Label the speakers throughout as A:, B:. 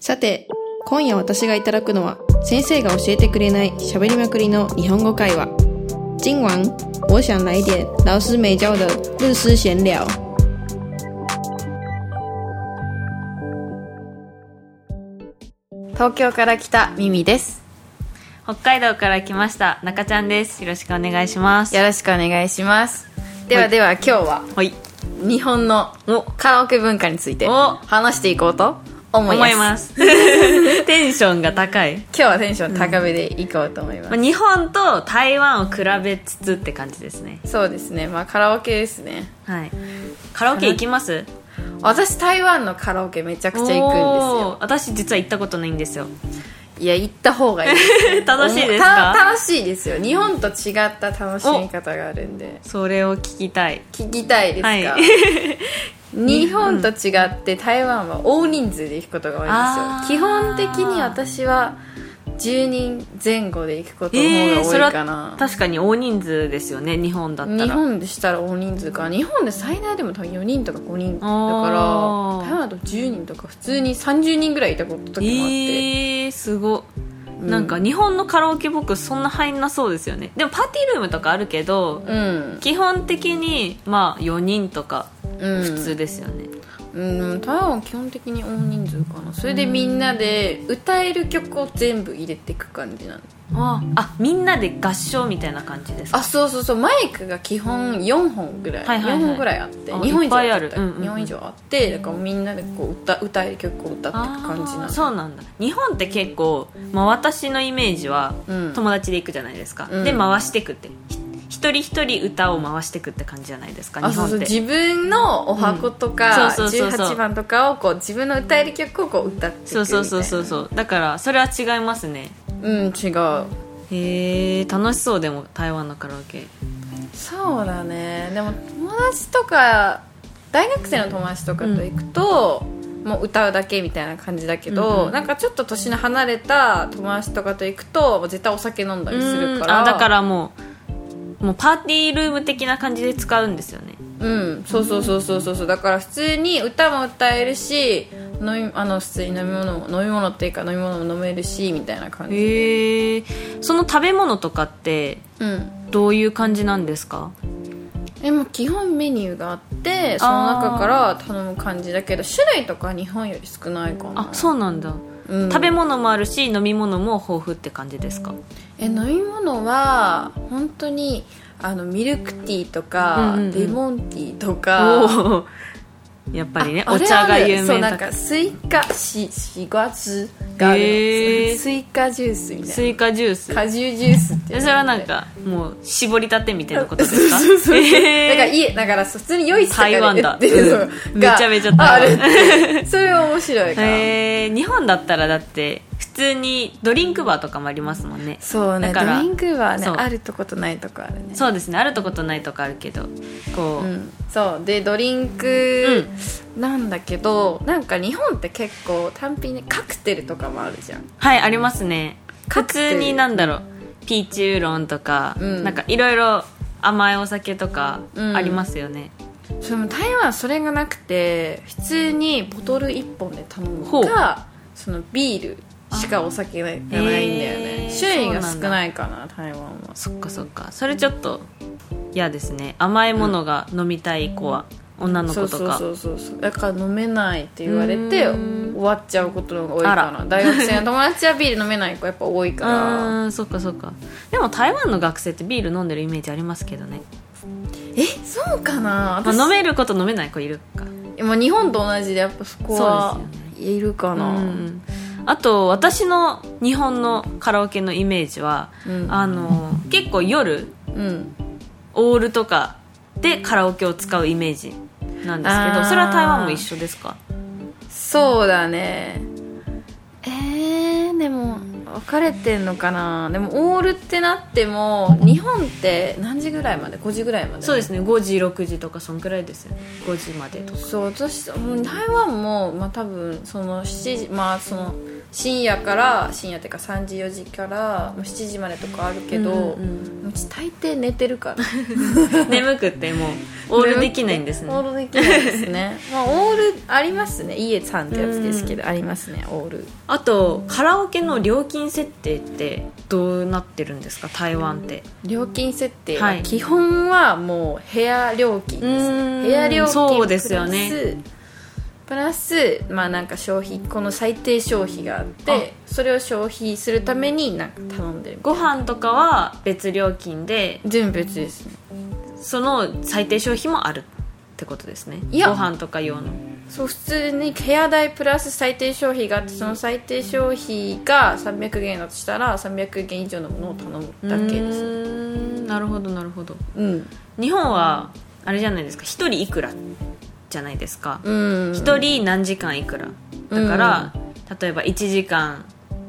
A: さて、今夜私がいただくのは、先生が教えてくれない喋りまくりの日本語会話。今晚我想来点老师没教的日式闲聊。
B: 東京から来たミミです。
C: 北海道から来ました中ちゃんですよろしくお願いします
B: よろしくお願いします。ではでは今日は
C: はい
B: 日本のカラオケ文化について
C: お
B: 話していこうと思
C: 思
B: います。
C: います テンションが高い、
B: 今日はテンション高めでいこうと思います。
C: まあ、日本と台湾を比べつつって感じですね
B: そうですね。まあカラオケですね。
C: はいカラオケ行きます
B: 私台湾のカラオケめちゃくちゃ行くん
C: おー私実は行ったことないんですよ
B: ですよ。いや、行った方がいい。
C: 楽しいです
B: た
C: か
B: 楽しいですよ。日本と違った楽しみ方があるんで。
C: それを聞きたい
B: 聞きたいですか、
C: はい
B: 日本と違って台湾は大人数で行くことが多いんですよ基本的に私は10人前後で行くことの方が
C: それ
B: 多いか
C: は
B: な、
C: 確かに大人数ですよね日本だったら
B: 日本でしたら大人数か日本で最大でも多分4人とか5人だから
C: あー
B: 台湾だと10人とか普通に30人ぐらいいたこと時もあって、
C: えー、すごっ
B: うん
C: なんか日本のカラオケボックスそんな入んなそうですよねでもパーティールームとかあるけど
B: うん、
C: 基本的にまあ4人とか
B: うん、
C: 普通ですよね、
B: うん、台湾は基本的に大人数かなそれでみんなで歌える曲を全部入れていく感じなんで
C: ああみんなで合唱みたいな感じですか
B: あそうそうそうマイクが基本4本ぐらい、
C: はいはいはい
B: 4本ぐらいあって
C: あ
B: 日本以上
C: いっぱいある
B: だた
C: うんうんうん
B: 日本以上あってだからみんなでこう歌歌える曲を歌っていく感じな
C: あー
B: の
C: そうなんだ日本って結構、まあ、私のイメージは
B: うん
C: 友達で行くじゃないですか、
B: うん
C: で回してくってひ一人一人歌を回してくって感じじゃないですか
B: あ
C: 日
B: そう
C: 本
B: そ
C: っ
B: う
C: て
B: 自分のお箱とか、
C: うんそうそうそうそう
B: 18番とかをこう自分の歌える曲をこう歌っていくみたい
C: そう
B: な
C: そうそうそうそうだからそれは違いますね
B: うん違う
C: へえ楽しそうでも台湾のカラオケ
B: そうだねでも友達とか大学生の友達とかと行くと、もう歌うだけみたいな感じだけど、
C: うんうん
B: なんかちょっと年の離れた友達とかと行くともう絶対お酒飲んだりするか
C: うん
B: ら
C: あだからもうもうパーティールーム的な感じで使うんですよね
B: うんそうそうそうそうそうそうだから普通に歌も歌えるし飲みあの普通に飲み物も飲み物っていうか飲み物も飲めるしみたいな感じ、
C: へえその食べ物とかって
B: うん
C: どういう感じなんですか
B: でも基本メニューがあってその中から頼む感じだけど種類とか日本より少ないかな
C: あそうなんだ、
B: うん、
C: 食べ物もあるし飲み物も豊富って感じですか
B: え飲み物は本当にあのミルクティーとか、
C: うんうんうん
B: レモンティーと
C: お
B: か
C: ー やっぱりね
B: あ
C: お茶が有
B: そうな
C: 名
B: ん
C: だ
B: かスイカししがつがあるの、
C: へー
B: スイカジュースみた
C: ス
B: い
C: イカジュース
B: な果汁ジュースっていうのがあって
C: それはなんかもう絞りたてみたいなことですか
B: そうそうそう
C: え
B: だから
C: ー
B: 家だから普通に用意してた
C: 台湾だ
B: っていうのが
C: うんめちゃめちゃ台湾
B: あるってそれは面白いから、
C: えー日本だったらだって普通にドリンクバーとかもありますもんね
B: そうね
C: だから
B: ドリンクはね
C: そう
B: あるとことないとこあるね
C: そうですねあるとことないとこあるけどこう、
B: うん、そうでドリンクなんだけど、なんか日本って結構単品でカクテルとかもあるじゃん
C: はいありますね
B: カ
C: 普
B: クテル
C: 通になんだろうピーチウーロンとか、
B: うん
C: なんかいろいろ甘いお酒とか
B: うん
C: ありますよね、
B: それも台湾はそれがなくて普通にボトル1本で頼む
C: ほう
B: かそのビールしかお酒がないんだよね、
C: へー
B: 種類が
C: そうな
B: 少
C: んだ
B: ないかな台湾は
C: そっかそっかそれちょっと嫌ですね甘いものが飲みたい子は、女の
B: そ
C: 子
B: う
C: と
B: そう
C: か
B: そうそうそうだから飲めないって言われて
C: う
B: 終
C: ん
B: わっちゃうことの方が多いか
C: あ
B: な
C: ら
B: 大学生の友達はビール飲めない子やっぱ多いから
C: うーんそっかそっかでも台湾の学生ってビール飲んでるイメージありますけどね、
B: えそうかな
C: まあ、
B: 私
C: 飲めること飲めない子いるか
B: まあ日本と同じでやっぱそこは
C: そうです
B: いるか
C: あ
B: な、
C: あと私の日本のカラオケのイメージは、
B: うん
C: あの結構夜
B: うん
C: オールとかでカラオケを使うイメージなんですけ
B: あ
C: ど
B: ー
C: それは台湾も一緒ですか
B: そうだねえー、でも分かれてんのかなでもオールってなっても日本って何時ぐらいまで5時ぐらいまで
C: そうですね5時6時とかそんくらいですよね5時までとか
B: そう私うん台湾も、まあ、多分その7時まあその深夜から深夜っていうか3時4時からもう7時までとかあるけど、
C: うん
B: うち大抵寝てるから
C: 眠くってもうオールできないんですね
B: オールできないですね まあオールありますね家さんってやつですけど、ありますねオール
C: あとカラオケの料金設定ってどうなってるんですか台湾って
B: 料金設定
C: は
B: はい基本はもう部屋料金です、
C: うん
B: 部屋料金
C: そうですよね
B: プラスまあなんか消費この最低消費があってそれを消費するためになんか頼んでるみたい
C: ご飯とかは別料金で
B: な全部別ですね
C: その最低消費もあるってことですね
B: いや
C: ご飯とか用の
B: そう普通に部屋代プラス最低消費があってその最低消費が300元だとしたら300元以上のものを頼むだけですね
C: すなるほどなるほど
B: うん
C: 日本はあれじゃないですか一人いくらじゃないですか
B: うん
C: 一、人何時間いくらだから、例えば1時間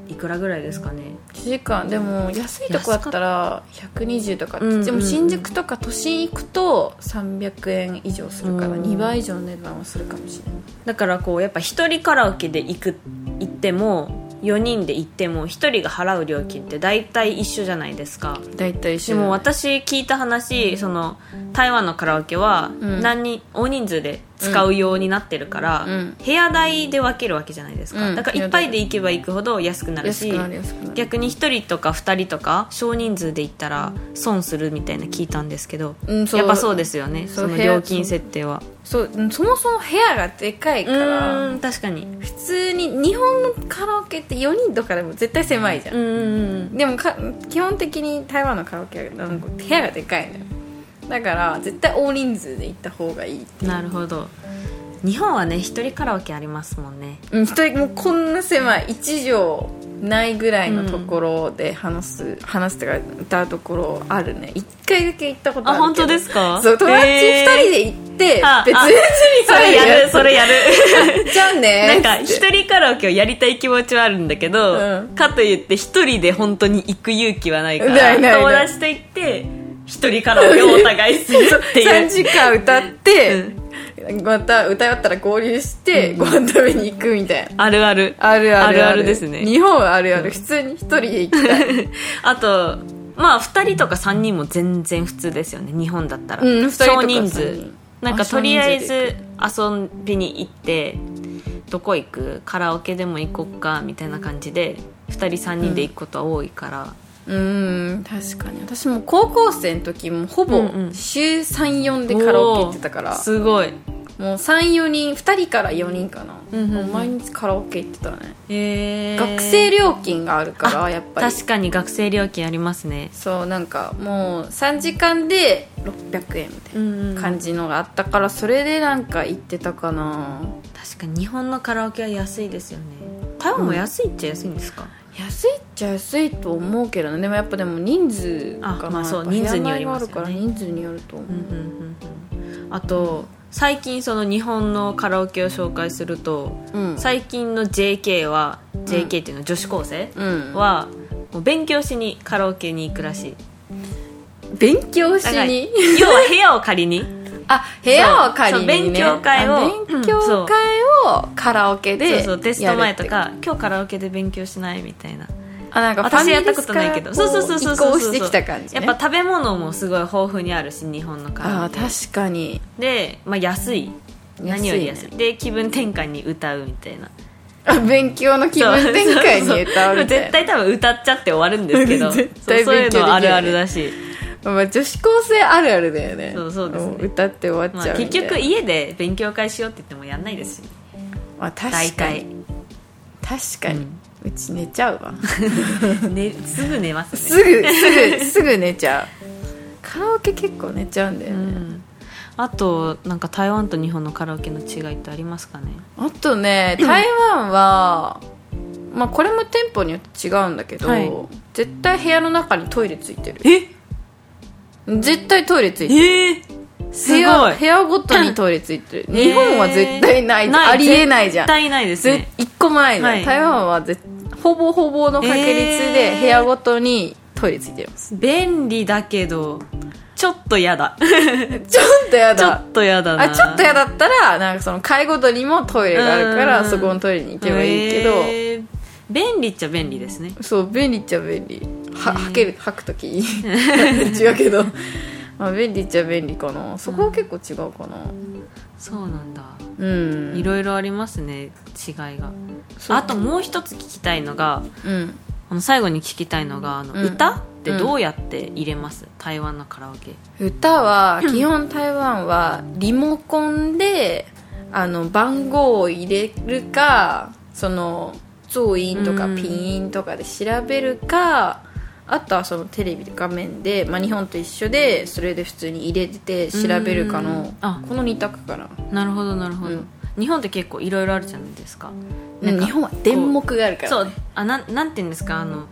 C: いくらぐらいですかね
B: 1時間でも安いとこだったら120とか
C: うんうんうん
B: でも新宿とか都心行くと300円以上するから
C: うん
B: 2倍以上の値段はするかもしれない
C: だからこうやっぱ一人カラオケで行く行っても4人で行っても1人が払う料金って大体一緒じゃないですか
B: 大体一
C: でも私聞いた話その台湾のカラオケは
B: うん
C: 何人、大人数で使うようになってるから、
B: うん
C: 部屋代で分けるわけじゃないですか、
B: うん
C: だからいっぱいで行けば行くほど安くなる
B: 安
C: し
B: くなる安くなる
C: 逆に1人とか2人とか少人数で行ったら損するみたいな聞いたんですけど、
B: うんそう
C: やっぱそうですよね
B: そ
C: そうの
B: 部屋
C: 料金設定は
B: そううんそもそも部屋がでかいうから
C: ーん確かに
B: 普通に日本のカラオケって4人とかでも絶対狭いじゃん、
C: うんうん
B: でもか基本的に台湾のカラオケはなんか部屋がでかいのよだから絶対大人数で行った方がいい
C: うんなるほど日本はね一人カラオケありますもんね
B: うん一人もうこんな狭い1畳ないぐらいのところで話す、話すとか歌うところあるね1回だけ行ったことあ
C: あ
B: るけど
C: 本当ですか
B: そう友達2人
C: で
B: で行って、
C: あ
B: 別
C: あ
B: に
C: それやるそれやる
B: じゃあ
C: な
B: ね
C: んか
B: つ
C: 一
B: って
C: 人カラオケをやりたい気持ちはあるんだけど、
B: うん
C: かといって一人で本当に行く勇気はないから
B: ないないない
C: 友達と行って一人カラオケをお互いするっていう
B: 3時間歌って、また歌い終わったら合流して、ご飯食べに行くみたいな
C: あるある
B: あるある
C: あるあるですね
B: 日本はあるある普通に一人で行きたい
C: あとまあ2人とか3人も全然普通ですよね日本だったら、
B: うん二人とか
C: 少人
B: 三
C: 数
B: 人
C: なんか
B: あ
C: とりあえず
B: 少
C: 遊びに行ってどこ行くカラオケでも行こっかみたいな感じで2人3人で行くことは多いから、
B: うーん確かに私も高校生の時もほぼ
C: うんうん
B: 週34でカラオケ行ってたから、
C: おーすごい
B: もう34人2人から4人かな、
C: うんうん
B: も
C: うん
B: う毎日カラオケ行ってたね、
C: え
B: 学生料金があるからやっぱり
C: 確かに学生料金ありますね
B: そうなんかもう3時間で600円みたいな
C: 感
B: 感
C: じ
B: じのがあったからそれでなんか行ってたかな
C: 確かに日本のカラオケは安いですよね台湾も安いっちゃ安いんですか、
B: 安いっちゃ安いと思うけどねでもやっぱでも人数かな
C: あまあそう
B: やっぱ
C: 人数によりますよね
B: 部屋代があるから人数によると思う、
C: うんうんうんうんあと最近その日本のカラオケを紹介すると
B: うん
C: 最近の JK は JK っていうのは女子高生
B: うん、
C: はもう勉強しにカラオケに行くらしい
B: 勉強し
C: だから
B: に
C: 要は部屋を借りに
B: あ部屋を借りに、ね、
C: そうそう勉強会を
B: あ
C: うん
B: 勉強会をカラオケ で、
C: そうそうテスト前と
B: やる
C: か今日カラオケで勉強しないみたいな
B: ってあなんか
C: 私やったことないけど
B: ファ
C: そう
B: ミ
C: そう
B: レス
C: そうそう
B: からこ
C: そう
B: 移行してきた感じ、ね、
C: やっぱ食べ物もすごい豊富にあるし日本のカラ
B: あ
C: オ
B: あ
C: ケ
B: 確かに
C: で、まあ、安い
B: 安いね
C: 何より安いで気分転換に歌うみたいな
B: あ勉強の気分転換に歌うみたいな
C: そうそうそう絶対多分歌っちゃって終わるんですけ ど
B: 絶
C: そう
B: 対
C: そういう
B: 勉強できるよね
C: のあるあるだし、
B: まあ、女子高生あるあるだよね
C: そうそうですね
B: も歌って終わ
C: ま
B: っちゃ
C: あ、
B: う
C: 結
B: みたいな
C: 局家で勉強会しようって言ってもやんないですし
B: まあ、確
C: 大
B: か
C: 体
B: に、確かに、うち寝ちゃうわ
C: ね、すぐ寝ます
B: す
C: ね、
B: ぐすぐすぐ寝ちゃうカラオケ結構寝ちゃうんだよ
C: う
B: ね、
C: ん、あとなんか台湾と日本のカラオケの違いってありますかね
B: あとね台湾はまあこれも店舗によって違うんだけど、
C: はい
B: 絶対部屋の中にトイレついてる
C: え
B: 絶対トイレついてる
C: えす
B: 部
C: ご
B: 屋
C: い
B: 部屋ごとにトイレついてる日本は絶対ない,、ありえないじゃん
C: 絶対ないです
B: ぜ
C: ね
B: 一個もないじゃん、
C: はい
B: 台湾はぜほぼほぼの確率
C: え
B: で
C: ー
B: 部屋ごとにトイレついてます、
C: 便利だけどちょっと嫌だ
B: ちょっとや
C: ちょ
B: だ
C: っと嫌だな
B: あちょっと嫌だったらなんかその会ごとにもトイレがあるか
C: う
B: ら
C: ん
B: そこのトイレに行けばいいけど、
C: えー便利っちゃ便利ですね
B: そう便利っちゃ便利は
C: ね
B: はける吐く時 違うけどまあ便利っちゃ便利かなそこは結構違うかな
C: そうなんだ
B: うん
C: いろいろありますね違いが
B: そう
C: あともう一つ聞きたいのが
B: うん
C: あの最後に聞きたいのがあの、
B: うん
C: 歌ってどうやって入れます、台湾のカラオケ
B: 歌は基本台湾はリモコンであの番号を入れるかその増音とか
C: うん
B: ピン音とかで調べるか、あとはそのテレビ画面で、まあ、日本と一緒でそれで普通に入れて調べるか
C: う
B: の
C: んあ
B: この2択かな、
C: なるほどなるほど、
B: うん
C: 日本って結構いろいろあるじゃないですか
B: うん
C: なんか
B: 日本は電目があるから
C: そうあなんなんて言うんですかあの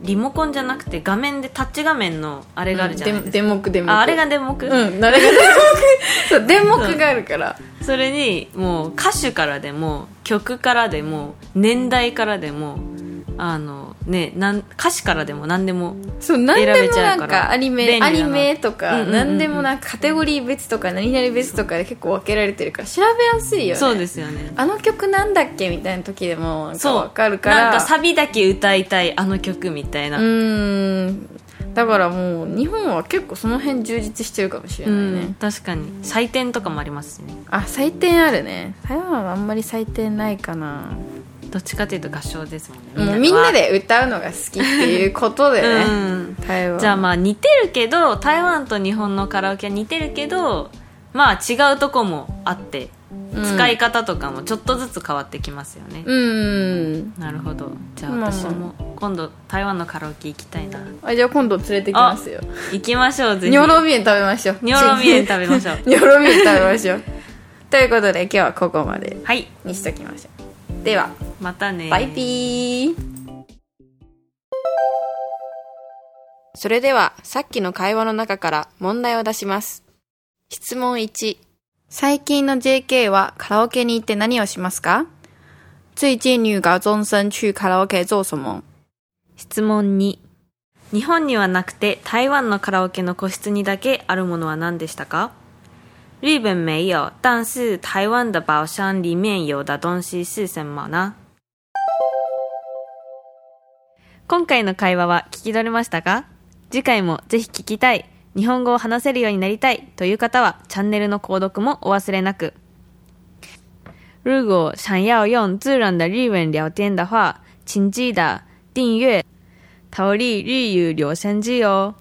C: リモコンじゃなくて画面でタッチ画面のあれがあるじゃないですか、
B: 電目電目
C: ああれが電目、
B: うんあれが電目 そう電目があるから、
C: それにもう歌手からでも曲からでも年代からでもあのねなん歌詞からでも何でも
B: そう何で
C: 選べ
B: も
C: ちゃ
B: な
C: うか
B: ん
C: ら
B: かアニ
C: 便
B: メ
C: 利だな
B: アニメとか、
C: うんうんうん
B: 何でもなんかカテゴリー別とか何々別とかで結構分けられてるから調べやすいよね
C: そうですよね
B: あの曲なんだっけみたいな時でもなんか
C: そう
B: 分かるから
C: なんかサビだけ歌いたいあの曲みたいうな、
B: ーんだからもう日本は結構その辺充実してるかもしれ
C: う
B: ないね、
C: ん確かに採点とかもありますしね
B: あ採点あるね台湾はあんまり採点ないかな
C: どっちかというと合唱ですもんね
B: もうみんなで歌うのが好きっていうことで
C: う
B: ね、
C: ん
B: 台湾
C: じゃあまあ似てるけど台湾と日本のカラオケは似てるけどまあ違うとこもあって
B: うん
C: 使い方とかもちょっとずつ変わってきますよね、
B: うん
C: なるほどじゃあ
B: まあまあ
C: 私も今度台湾のカラオケ行きたいな
B: あじゃあ今度連れてきますよ
C: 行きましょうぜひ
B: ニョロミエン食べましょう
C: ニョロミエン食べま しょう
B: ニョロミエン食べましょうということで今日はここまで
C: はい
B: にしときましょうでは
C: またね
B: バイピー
A: それではさっきの会話の中から問題を出します。質問1、
B: 最近の JK はカラオケに行って何をしますか最近女高中生去カラオケ做什么
C: 質問2日本にはなくて台湾のカラオケの個室にだけあるものは何でしたか日本没有但是台湾的包厢里面有的东西是什么呢今回の会話は聞き取れましたか次回もぜひ聞きたい日本語を話せるようになりたいという方はチャンネルの購読もお忘れなく如果想要用自然的日文聊天的话，请记得订阅“逃离日语留声机”哦。